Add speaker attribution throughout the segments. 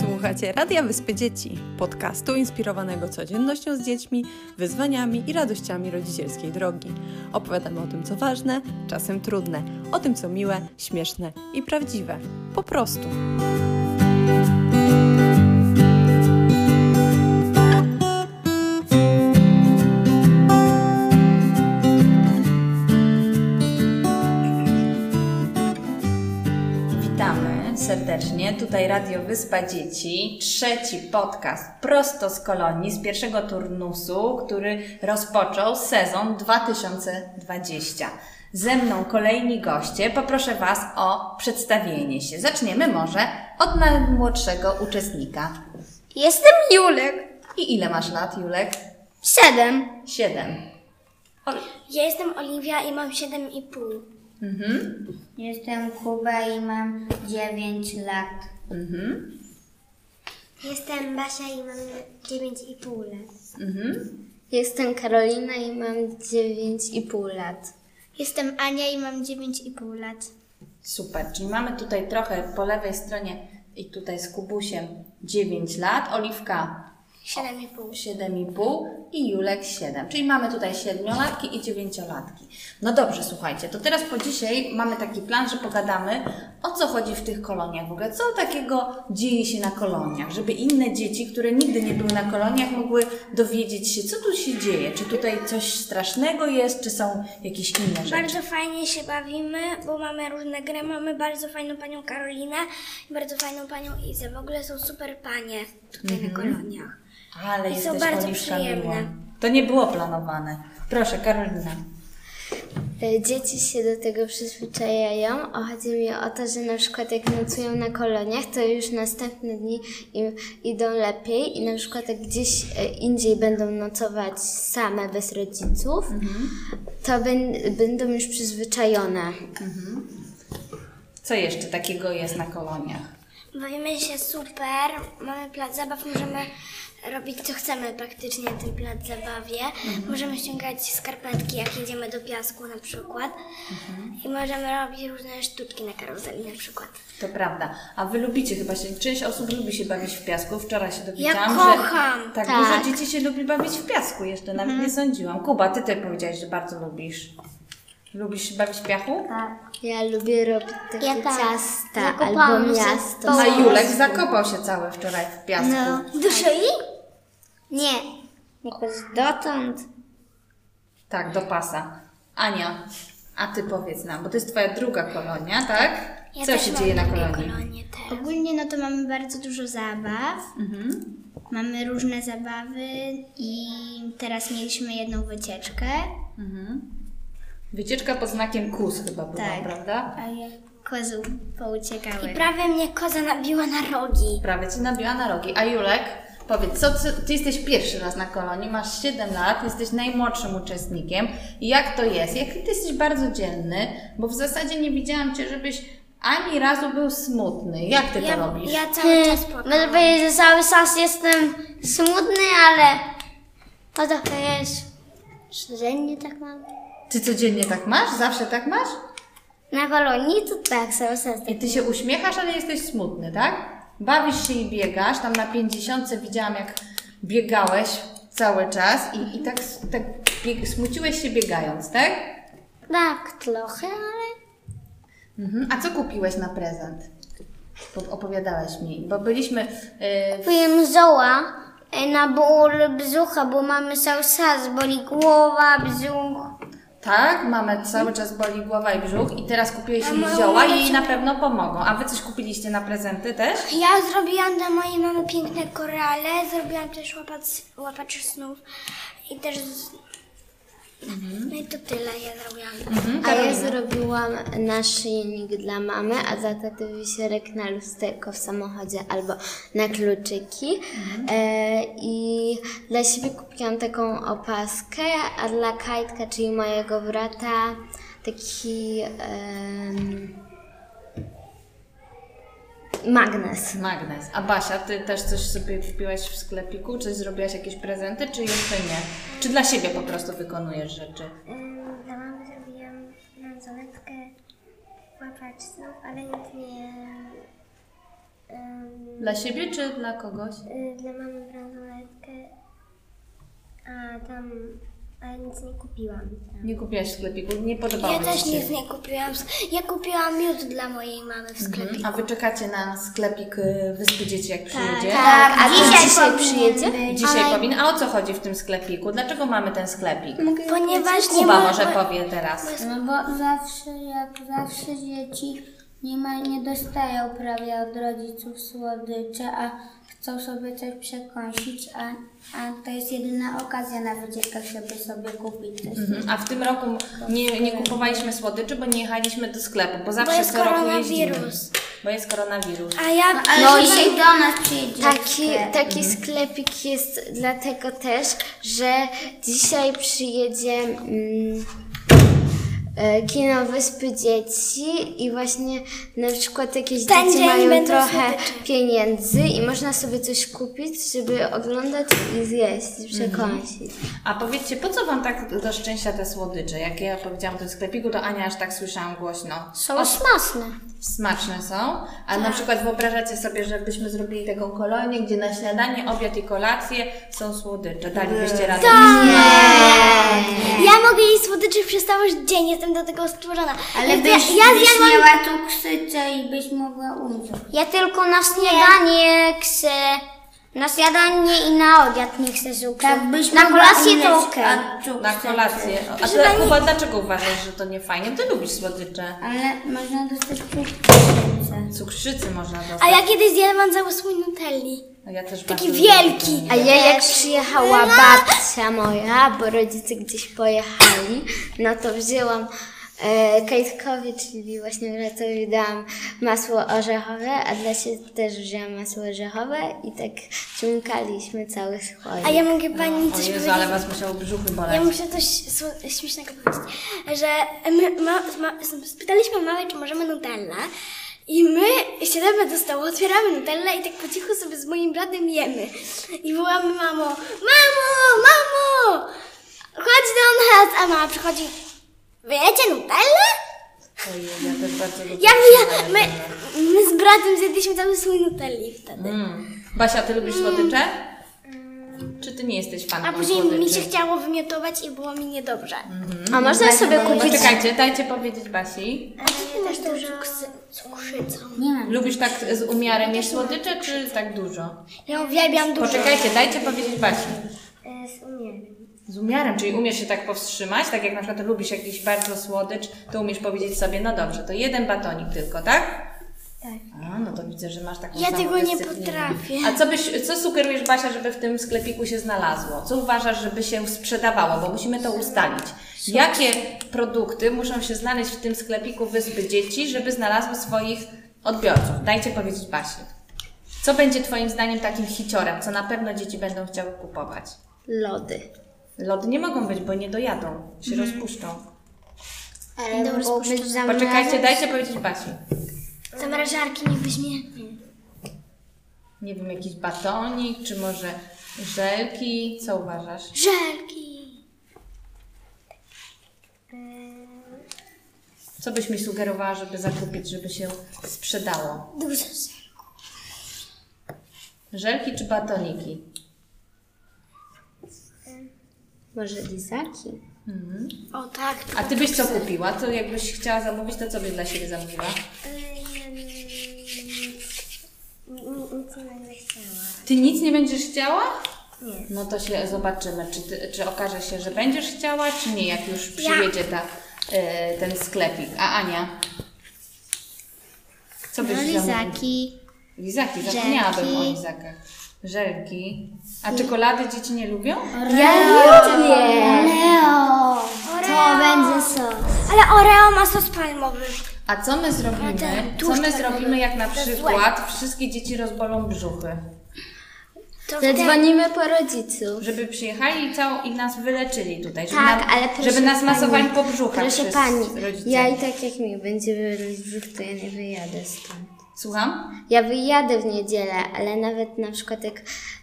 Speaker 1: Słuchacie Radia Wyspy Dzieci, podcastu inspirowanego codziennością z dziećmi, wyzwaniami i radościami rodzicielskiej drogi. Opowiadamy o tym, co ważne, czasem trudne, o tym, co miłe, śmieszne i prawdziwe. Po prostu.
Speaker 2: Witamy serdecznie. Tutaj Radio Wyspa Dzieci, trzeci podcast prosto z kolonii, z pierwszego turnusu, który rozpoczął sezon 2020. Ze mną kolejni goście. Poproszę Was o przedstawienie się. Zaczniemy może od najmłodszego uczestnika.
Speaker 3: Jestem Julek.
Speaker 2: I ile masz lat, Julek?
Speaker 3: Siedem.
Speaker 2: Siedem. Ol-
Speaker 4: Ja jestem Oliwia i mam 7,5.
Speaker 3: Jestem Kuba i mam 9 lat.
Speaker 4: Jestem Basia i mam 9,5 lat.
Speaker 3: Jestem Karolina i mam 9,5 lat.
Speaker 4: Jestem Ania i mam 9,5 lat.
Speaker 2: Super, czyli mamy tutaj trochę po lewej stronie i tutaj z Kubusiem 9 lat. Oliwka
Speaker 4: 7,5.
Speaker 2: 7,5 i Julek 7. Czyli mamy tutaj siedmiolatki i dziewięciolatki. No dobrze, słuchajcie, to teraz po dzisiaj mamy taki plan, że pogadamy o co chodzi w tych koloniach w ogóle. Co takiego dzieje się na koloniach, żeby inne dzieci, które nigdy nie były na koloniach, mogły dowiedzieć się, co tu się dzieje. Czy tutaj coś strasznego jest, czy są jakieś inne rzeczy.
Speaker 4: Bardzo fajnie się bawimy, bo mamy różne gry. Mamy bardzo fajną panią Karolinę i bardzo fajną panią Izę. W ogóle są super panie tutaj na koloniach.
Speaker 2: Ale
Speaker 4: I są
Speaker 2: jesteś
Speaker 4: bardzo
Speaker 2: Oliwka
Speaker 4: przyjemne.
Speaker 2: miła. To nie było planowane. Proszę, Karolina.
Speaker 3: E, Dzieci się do tego przyzwyczajają. O, chodzi mi o to, że na przykład jak nocują na koloniach, to już następne dni im idą lepiej i na przykład jak gdzieś e, indziej będą nocować same, bez rodziców, to ben- będą już przyzwyczajone.
Speaker 2: Co jeszcze takiego jest na koloniach?
Speaker 4: Bawimy się super, mamy plac zabaw, możemy robić co chcemy praktycznie na tym plac zabawie.
Speaker 2: Mhm.
Speaker 4: Możemy ściągać skarpetki, jak jedziemy do piasku na przykład.
Speaker 2: Mhm.
Speaker 4: I możemy robić różne sztuczki na karuzeli na przykład.
Speaker 2: To prawda. A wy lubicie chyba się, część osób lubi się bawić w piasku. Wczoraj się dowiedziałam,
Speaker 4: Ja
Speaker 2: że
Speaker 4: kocham. Mhm.
Speaker 2: tak,
Speaker 3: Tak.
Speaker 2: dużo dzieci się lubi bawić w piasku. Jeszcze nawet nie sądziłam. Kuba, ty też powiedziałeś, że bardzo lubisz. Lubisz się bawić w piachu?
Speaker 4: Tak.
Speaker 3: Ja lubię robić takie
Speaker 4: Ja tak.
Speaker 3: ciasta
Speaker 4: Zakopałam
Speaker 3: albo
Speaker 4: się
Speaker 3: miasto.
Speaker 2: A Julek zakopał się cały wczoraj w piasku.
Speaker 4: No. Duszyli?
Speaker 3: Nie. Jakoś dotąd.
Speaker 2: Tak, do pasa. Ania, a ty powiedz nam, bo to jest twoja druga kolonia, tak?
Speaker 4: Ja
Speaker 2: Co
Speaker 4: też
Speaker 2: się
Speaker 4: mam
Speaker 2: dzieje na
Speaker 4: lubię
Speaker 2: kolonii?
Speaker 4: kolonie teraz.
Speaker 5: Ogólnie no to mamy bardzo dużo zabaw.
Speaker 2: Mhm.
Speaker 5: Mamy różne zabawy i teraz mieliśmy jedną wycieczkę.
Speaker 2: Wycieczka pod znakiem KUS chyba była,
Speaker 5: Tak.
Speaker 2: prawda?
Speaker 5: A jak kozu pouciekały.
Speaker 4: I prawie mnie koza nabiła na rogi.
Speaker 2: Prawie cię nabiła na rogi. A Julek, powiedz, co, co ty jesteś pierwszy raz na kolonii, masz 7 lat, jesteś najmłodszym uczestnikiem. Jak to jest? Jak ty jesteś bardzo dzielny, bo w zasadzie nie widziałam cię, żebyś ani razu był smutny. Jak ty to robisz?
Speaker 4: Ja cały czas
Speaker 3: Będę powiedzieć, że cały czas jestem smutny, ale to trochę jest codziennie tak mam.
Speaker 2: Ty codziennie tak masz? Zawsze tak masz?
Speaker 3: Na kolonii to tak, cały czas.
Speaker 2: I ty się uśmiechasz, ale jesteś smutny, tak? Bawisz się i biegasz. Tam na 50 widziałam, jak biegałeś cały czas i, i tak, tak bieg, smuciłeś się biegając, tak?
Speaker 3: Tak, trochę, ale...
Speaker 2: Mhm. A co kupiłeś na prezent? Po- Opowiadałeś mi, bo byliśmy. Yy, w-
Speaker 3: Piłem zoła e, na ból brzucha, bo mamy cały czas, boli głowa, brzuch.
Speaker 2: tak, mamy cały czas boli głowa i brzuch, i teraz kupiłeś jej zioła i jej na pewno pomogą. A wy coś kupiliście na prezenty też?
Speaker 4: Ja zrobiłam dla mojej mamy piękne korale, zrobiłam też łapac, łapacz snów i też. Z... No i to tyle ja zrobiłam.
Speaker 3: A ja zrobiłam naszyjnik dla mamy, a za taty wisiorek na lusterko w samochodzie albo na kluczyki.
Speaker 5: Mhm.
Speaker 3: E, I dla siebie kupiłam taką opaskę, a dla Kajtka, czyli mojego brata, taki em, magnes.
Speaker 2: Magnes. A Basia, ty też coś sobie kupiłaś w sklepiku? Czy zrobiłaś jakieś prezenty, czy jeszcze nie? Czy dla siebie po prostu wykonujesz rzeczy?
Speaker 4: Dla mamy zrobiłam nam zonetkę, łapacz snów, ale nic nie. Ym,
Speaker 2: Dla siebie czy dla kogoś?
Speaker 4: y, dla mamy bransoletkę, a tam, ale nic nie kupiłam.
Speaker 2: Nie kupiłaś w sklepiku, nie podobało
Speaker 4: Ja
Speaker 2: ci
Speaker 4: też
Speaker 2: się.
Speaker 4: nic nie kupiłam. Ja kupiłam miód dla mojej mamy w sklepie.
Speaker 2: A wy czekacie na sklepik y, Wyspy Dzieci, jak przyjedzie?
Speaker 3: Tak, a
Speaker 5: dzisiaj
Speaker 3: dzisiaj, dzisiaj
Speaker 5: powinien
Speaker 3: przyjedzie?
Speaker 2: Dzisiaj powinien. A o co chodzi w tym sklepiku? Dlaczego mamy ten sklepik?
Speaker 4: Ponieważ No, nie
Speaker 2: Kuba
Speaker 4: ma...
Speaker 2: może powie teraz.
Speaker 5: No bo zawsze, jak zawsze dzieci nie, ma, nie dostają prawie od rodziców słodycze, a chcą sobie coś przekąsić, a, a to jest jedyna okazja na wycieczkach, żeby sobie kupić coś.
Speaker 2: Mhm. A w tym roku nie, nie kupowaliśmy słodyczy, bo nie jechaliśmy do sklepu, bo zawsze
Speaker 4: Bo jest
Speaker 2: co roku
Speaker 4: koronawirus.
Speaker 2: jeździmy. Bo jest koronawirus.
Speaker 4: A ja...
Speaker 5: Ale
Speaker 3: No
Speaker 5: no
Speaker 3: i-
Speaker 5: dzisiaj do nas przyjdzie.
Speaker 3: Taki, taki
Speaker 4: Mhm.
Speaker 3: sklepik jest dlatego też, że dzisiaj przyjedzie mm, e, kino Wyspy Dzieci i właśnie na przykład jakieś
Speaker 4: Ten
Speaker 3: dzieci
Speaker 4: dzień
Speaker 3: mają
Speaker 4: będą
Speaker 3: trochę
Speaker 4: słodycze.
Speaker 3: pieniędzy i można sobie coś kupić, żeby oglądać i zjeść,
Speaker 4: Mhm.
Speaker 3: i przekąsić.
Speaker 2: A powiedzcie, po co Wam tak do szczęścia te słodycze? Jak ja powiedziałam o tym sklepiku, to Ania aż tak słyszałam głośno.
Speaker 5: Są smaczne.
Speaker 2: Smaczne są, a
Speaker 4: Tak.
Speaker 2: na przykład wyobrażacie sobie, żebyśmy zrobili taką kolonię, gdzie na śniadanie, obiad i kolację są słodycze. Dalibyście radę.
Speaker 4: Tak! Ja mogę jeść słodyczy przez cały dzień, jestem do tego stworzona.
Speaker 5: Ale
Speaker 4: Jak
Speaker 5: byś,
Speaker 4: ja, ja
Speaker 5: byś
Speaker 4: zjadłam...
Speaker 5: miała tu krzycze i byś mogła umrzeć.
Speaker 4: Ja tylko na śniadanie chcę... Na śniadanie i na obiad nie chcę cukru.
Speaker 5: Tak byś
Speaker 4: na
Speaker 5: mogła
Speaker 4: kolację to
Speaker 5: umrzeć Tak.
Speaker 4: okej.
Speaker 5: od cukrzycy.
Speaker 2: Na kolację. A ty, Kuba, dlaczego uważasz, że to nie fajnie? Ty lubisz słodycze.
Speaker 5: Ale można dostać cukrzycę.
Speaker 2: Cukrzycy można dostać.
Speaker 4: A ja kiedyś zjadłam cały słój nutelli.
Speaker 2: No ja też
Speaker 4: Taki
Speaker 2: bardzo
Speaker 4: wielki.
Speaker 3: A ja jak przyjechała babcia moja, bo rodzice gdzieś pojechali, no to wzięłam e, Kajtkowi, czyli właśnie bratowi dałam masło orzechowe, a dla siebie też wzięłam masło orzechowe i tak ciąkaliśmy cały słoik.
Speaker 4: A ja mogę pani
Speaker 2: O
Speaker 4: coś
Speaker 2: Jezu,
Speaker 4: powiedzieć?
Speaker 2: ale was musiało brzuchy
Speaker 4: Ja
Speaker 2: boleć.
Speaker 4: muszę coś sło- śmiesznego powiedzieć, że my ma, ma, spytaliśmy mamy, czy możemy Nutellę i my siadamy do stołu, otwieramy Nutellę i tak po cichu sobie z moim bratem jemy. I wołamy mamo, mamo, mamo, chodź do nas, a mama przychodzi, wyjecie Nutellę?
Speaker 2: Ojej, ja też bardzo lubię
Speaker 4: Ja,
Speaker 2: brzuchy
Speaker 4: ja,
Speaker 2: boleć.
Speaker 4: my, my z bratem zjedliśmy cały słój Nutelli wtedy.
Speaker 2: Mm. Basia, ty lubisz słodycze? Czy ty nie jesteś fanką
Speaker 4: Mm. A później
Speaker 2: słodyczy?
Speaker 4: mi się chciało wymiotować i było mi niedobrze. Mhm.
Speaker 3: A można sobie kupić...
Speaker 2: Poczekajcie, dajcie powiedzieć Basi.
Speaker 4: A ty też dużo cukrzycą.
Speaker 5: Nie mam.
Speaker 2: Lubisz tak z umiarem jeść słodycze, czy tak dużo?
Speaker 4: Ja uwielbiam dużo. E,
Speaker 2: Poczekajcie, dajcie powiedzieć Basi.
Speaker 4: Z umiarem.
Speaker 2: Z umiarem, czyli umiesz się tak powstrzymać, tak jak na przykład lubisz jakiś bardzo słodycz, to umiesz powiedzieć sobie, no dobrze, to jeden batonik tylko, tak? Tak. A, no to widzę, że masz taką
Speaker 4: Ja tego nie
Speaker 2: samodyscyplinę.
Speaker 4: potrafię.
Speaker 2: A co, byś, co sugerujesz, Basia, żeby w tym sklepiku się znalazło? Co uważasz, żeby się sprzedawało? Bo musimy to ustalić. Jakie produkty muszą się znaleźć w tym sklepiku Wyspy Dzieci, żeby znalazły swoich odbiorców? Dajcie powiedzieć Basi. Co będzie Twoim zdaniem takim hiciorem, co na pewno dzieci będą chciały kupować?
Speaker 3: Lody.
Speaker 2: Lody nie mogą być, bo nie dojadą, się rozpuszczą.
Speaker 3: Ale mogą być
Speaker 2: Poczekajcie, dajcie powiedzieć Basi.
Speaker 4: Zamrażarki nie weźmie.
Speaker 2: Nie wiem, jakiś batonik, czy może żelki, co uważasz?
Speaker 4: Żelki. E,
Speaker 2: Co byś mi sugerowała, żeby zakupić, żeby się sprzedało?
Speaker 4: Dużo
Speaker 2: Żelki czy batoniki?
Speaker 3: Może lizaki?
Speaker 4: O tak.
Speaker 2: A ty byś co kupiła? To jakbyś chciała zamówić, to co byś dla siebie zamówiła?
Speaker 4: e, Nic nie będę chciała.
Speaker 2: Ty nic nie będziesz chciała? Nie. No to się zobaczymy, czy, ty, czy okaże się, że będziesz chciała, czy nie, jak już przyjedzie ta, e, ten sklepik. A Ania? Co byś
Speaker 5: No,
Speaker 2: zamówiła?
Speaker 5: lizaki.
Speaker 2: Lizaki, zapomniałabym o
Speaker 5: Żelki.
Speaker 2: lizakach. Żelki. A czekolady dzieci nie lubią?
Speaker 4: To będzie sos. Ale Oreo ma sos palmowy.
Speaker 2: A co my
Speaker 3: No,
Speaker 2: zrobimy? Co my zrobimy, jak na przykład wszystkie dzieci rozbolą brzuchy?
Speaker 4: To
Speaker 3: Zadzwonimy po rodziców.
Speaker 2: Żeby przyjechali i, całą, i nas wyleczyli tutaj. Żeby,
Speaker 3: Tak,
Speaker 2: nam,
Speaker 3: ale proszę
Speaker 2: żeby nas masowali
Speaker 3: pani,
Speaker 2: po brzuchach.
Speaker 3: Proszę
Speaker 2: wszyscy
Speaker 3: pani,
Speaker 2: rodzice.
Speaker 3: ja i tak jak mi będzie wyrobić brzuch, to ja nie wyjadę stąd.
Speaker 2: Słucham?
Speaker 3: Ja wyjadę w niedzielę, ale nawet na przykład jak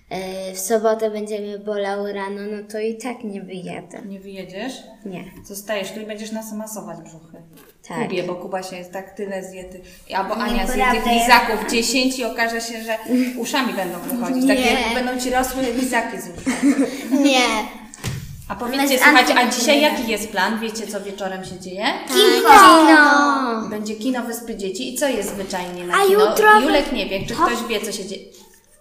Speaker 3: e, w sobotę będzie mnie bolał rano, no to i tak nie wyjadę.
Speaker 2: Nie wyjedziesz?
Speaker 3: Nie.
Speaker 2: Zostajesz, czyli będziesz nas masować brzuchy.
Speaker 3: Tak.
Speaker 2: Lubię, bo Kubasia jest tak tyle z diety. Albo Ania z
Speaker 4: Nieprawda,
Speaker 2: diety
Speaker 4: ja-
Speaker 2: lizaków 10 i okaże się, że uszami będą wychodzić. Takie
Speaker 3: Nie.
Speaker 2: będą ci rosły lizaki z uszu.
Speaker 3: Nie.
Speaker 2: A powiedzcie,
Speaker 4: z
Speaker 2: słuchajcie, a
Speaker 4: Ankiem
Speaker 2: dzisiaj
Speaker 4: będziemy.
Speaker 2: jaki jest plan? Wiecie, co wieczorem się dzieje?
Speaker 4: Tak.
Speaker 3: Kino!
Speaker 2: Będzie kino Wyspy Dzieci i co jest zwyczajnie na
Speaker 4: A
Speaker 2: kino?
Speaker 4: jutro-
Speaker 2: Julek nie wie, czy ktoś wie, co się dzieje.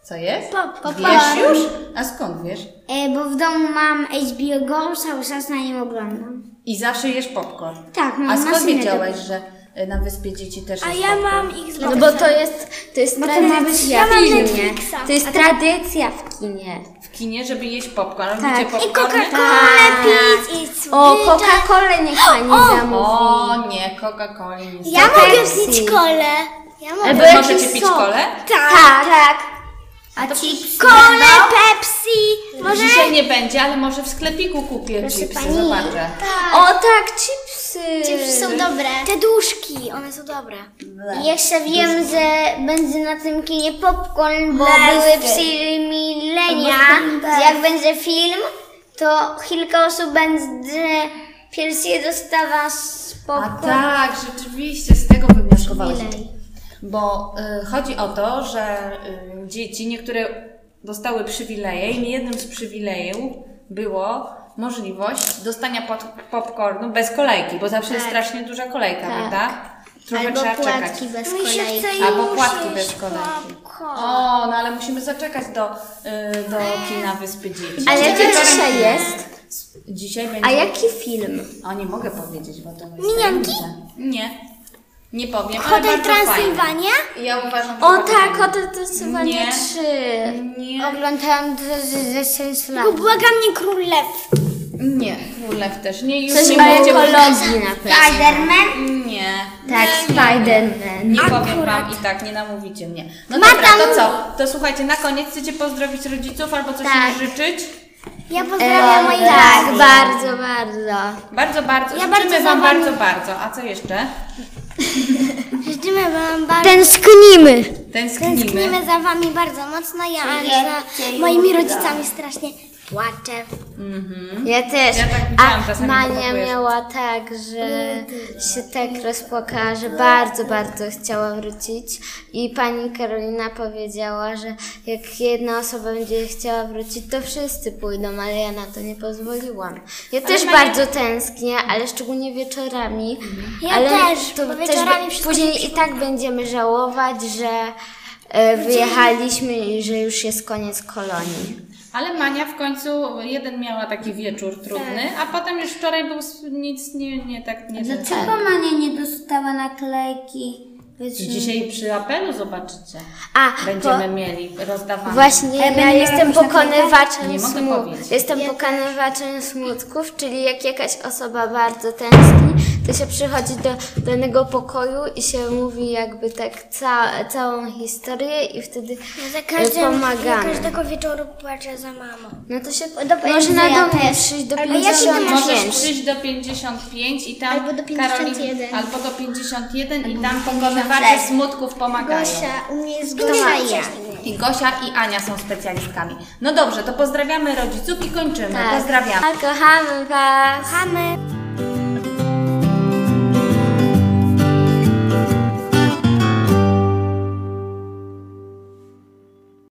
Speaker 2: Co jest?
Speaker 4: Pop-
Speaker 2: wiesz już? A skąd wiesz?
Speaker 5: E, bo w domu mam HBO Go, cały czas na nim oglądam.
Speaker 2: I zawsze jesz popcorn.
Speaker 5: Tak, mam
Speaker 4: Mm,
Speaker 2: A skąd
Speaker 5: maszynę
Speaker 2: wiedziałaś, że y, na Wyspie Dzieci też
Speaker 4: A
Speaker 2: jest
Speaker 4: ja
Speaker 2: popcorn?
Speaker 4: mam ich z
Speaker 3: No bo to jest, to jest
Speaker 5: to ma być- ja
Speaker 3: tradycja
Speaker 5: mam
Speaker 3: w kinie.
Speaker 4: Netflixa.
Speaker 3: To jest tradycja w kinie.
Speaker 2: W kinie, żeby jeść popcorn.
Speaker 5: Tak.
Speaker 2: Robicie
Speaker 5: I
Speaker 2: popcorny?
Speaker 4: Coca-Colę pić i słodycze.
Speaker 3: Tak. O, Coca-Colę niech pani zamówi.
Speaker 2: O nie, Coca-Coli nie
Speaker 4: Ja
Speaker 3: Coca
Speaker 4: mogę
Speaker 3: Pepsi.
Speaker 4: pić kolę. Ja mogę.
Speaker 3: Albo
Speaker 2: Wy
Speaker 3: jakiś
Speaker 2: możecie pić
Speaker 3: sok.
Speaker 2: kolę?
Speaker 3: Tak, tak.
Speaker 5: A ci
Speaker 4: Kolę, Pepsi. Może
Speaker 2: Dzisiaj nie będzie, ale może w sklepiku kupię chipsy,
Speaker 4: pani,
Speaker 2: zobaczę.
Speaker 3: O tak, chipsy.
Speaker 4: Chipsy
Speaker 5: są dobre.
Speaker 4: te duszki, one są dobre.
Speaker 5: I Jeszcze wiem, że będzie na tym kinie popcorn, bo
Speaker 4: Lesy.
Speaker 5: były przymilenia,
Speaker 4: Albo
Speaker 5: że jak będzie film, to kilka osób będzie pierwszy dostawa z
Speaker 2: A
Speaker 5: popcorn.
Speaker 2: tak, rzeczywiście, z tego wywnioskowałaś. Bo y, chodzi o to, że y, dzieci, niektóre dostały przywileje i jednym z przywilejów było możliwość dostania pod, popcornu bez kolejki, bo zawsze
Speaker 3: Tak.
Speaker 2: jest strasznie duża kolejka, prawda? Trochę
Speaker 5: Albo
Speaker 2: trzeba czekać.
Speaker 5: płatki bez
Speaker 3: No
Speaker 4: Mi się
Speaker 5: kolei.
Speaker 4: chce
Speaker 2: tak? Albo
Speaker 4: już
Speaker 2: płatki
Speaker 4: jeść
Speaker 2: bez kolejki.
Speaker 4: popcorn.
Speaker 2: O, no ale musimy zaczekać do, y, do kina Wyspy Dzieci.
Speaker 3: Ale
Speaker 2: Dzisiaj
Speaker 3: gdzie
Speaker 2: wieczorem-
Speaker 3: dzisiaj jest?
Speaker 2: Dzisiaj będzie...
Speaker 3: A jaki film?
Speaker 2: O, nie mogę powiedzieć, bo to jest
Speaker 4: Minionki?
Speaker 2: tajemnica. Nie. Nie powiem, ale
Speaker 4: Hotel
Speaker 2: bardzo fajnie.
Speaker 4: Transylwania?
Speaker 2: Ja uważam, że
Speaker 3: O
Speaker 2: bardzo
Speaker 3: tak,
Speaker 2: fajnie.
Speaker 3: Hotel Transylwania
Speaker 2: Nie.
Speaker 3: 3.
Speaker 2: Nie.
Speaker 5: Oglądałam ze 6 lat.
Speaker 4: Tylko
Speaker 3: No
Speaker 4: błagam nie król lew.
Speaker 2: Nie, Królew też nie. Już
Speaker 3: Coś
Speaker 2: nie
Speaker 3: o
Speaker 2: będzie
Speaker 3: ekologii na pewno.
Speaker 5: Spiderman?
Speaker 2: Nie.
Speaker 3: Tak, Spider-Man.
Speaker 2: Nie powiem wam i tak, nie namówicie mnie. No dobra, to co? To słuchajcie, na koniec chcecie pozdrowić rodziców albo coś
Speaker 3: Tak.
Speaker 2: im życzyć?
Speaker 4: Ja
Speaker 5: E,
Speaker 4: pozdrawiam moich
Speaker 3: tak,
Speaker 4: rodziców.
Speaker 3: bardzo, bardzo.
Speaker 2: Bardzo, bardzo.
Speaker 4: Ja
Speaker 2: Życzymy
Speaker 4: bardzo za
Speaker 2: wam
Speaker 4: wami.
Speaker 2: bardzo, bardzo. A co jeszcze?
Speaker 4: Życzymy wam bardzo.
Speaker 5: Tęsknimy!
Speaker 2: Tęsknimy.
Speaker 4: Tęsknimy za wami bardzo mocno. Ja za moimi rodzicami strasznie płaczę.
Speaker 3: Ja też.
Speaker 2: Ja tak widziałam
Speaker 3: A
Speaker 2: czasami,
Speaker 3: Mania
Speaker 2: pokazujesz.
Speaker 3: miała tak, że się tak rozpłakała, że bardzo, bardzo chciała wrócić. I pani Karolina powiedziała, że jak jedna osoba będzie chciała wrócić, to wszyscy pójdą, ale ja na to nie pozwoliłam. Ja też
Speaker 2: Mania-
Speaker 3: bardzo tęsknię, ale szczególnie wieczorami.
Speaker 2: Mhm.
Speaker 4: Ja
Speaker 3: ale
Speaker 4: też, bo wieczorami
Speaker 3: be-
Speaker 4: wszystko
Speaker 3: Później i tak będziemy żałować, że e, wyjechaliśmy i że już jest koniec kolonii.
Speaker 2: Ale Mania w końcu jeden miała taki wieczór trudny,
Speaker 4: Tak.
Speaker 2: a potem już wczoraj był s- nic nie, nie tak nie.
Speaker 5: Dlaczego Mania nie dostała naklejki?
Speaker 2: Dzisiaj przy apelu zobaczycie.
Speaker 3: A,
Speaker 2: Będziemy mieli rozdawane.
Speaker 3: Właśnie ja jestem
Speaker 2: Nie
Speaker 3: pokonywaczem
Speaker 2: mogę
Speaker 3: smutków.
Speaker 2: powiedzieć.
Speaker 3: Jestem pokonywaczem smutków, czyli jak jakaś osoba bardzo tęskni, to się przychodzi do danego pokoju i się mówi jakby tak ca- całą historię i wtedy
Speaker 4: Ja No za
Speaker 3: e,
Speaker 4: każdym, ja
Speaker 3: pomagamy.
Speaker 4: każdego wieczoru płaczę za mamą.
Speaker 3: No to się
Speaker 5: do
Speaker 3: może na
Speaker 5: pędzla
Speaker 3: domu
Speaker 5: też.
Speaker 3: przyjść do
Speaker 5: Albo ja się
Speaker 3: 50
Speaker 2: Możesz
Speaker 3: miesięcy.
Speaker 2: przyjść do 55 i tam
Speaker 5: Albo do 51.
Speaker 2: Karolin, albo do 51 i tam pokonywacze smutków pomagają.
Speaker 5: u mnie jest
Speaker 4: Gosia i ja.
Speaker 2: I Gosia i Ania są specjalistkami.
Speaker 5: Tak.
Speaker 2: No dobrze, to pozdrawiamy rodziców i kończymy. Pozdrawiamy.
Speaker 3: A Tak. kochamy was.
Speaker 4: Kochamy.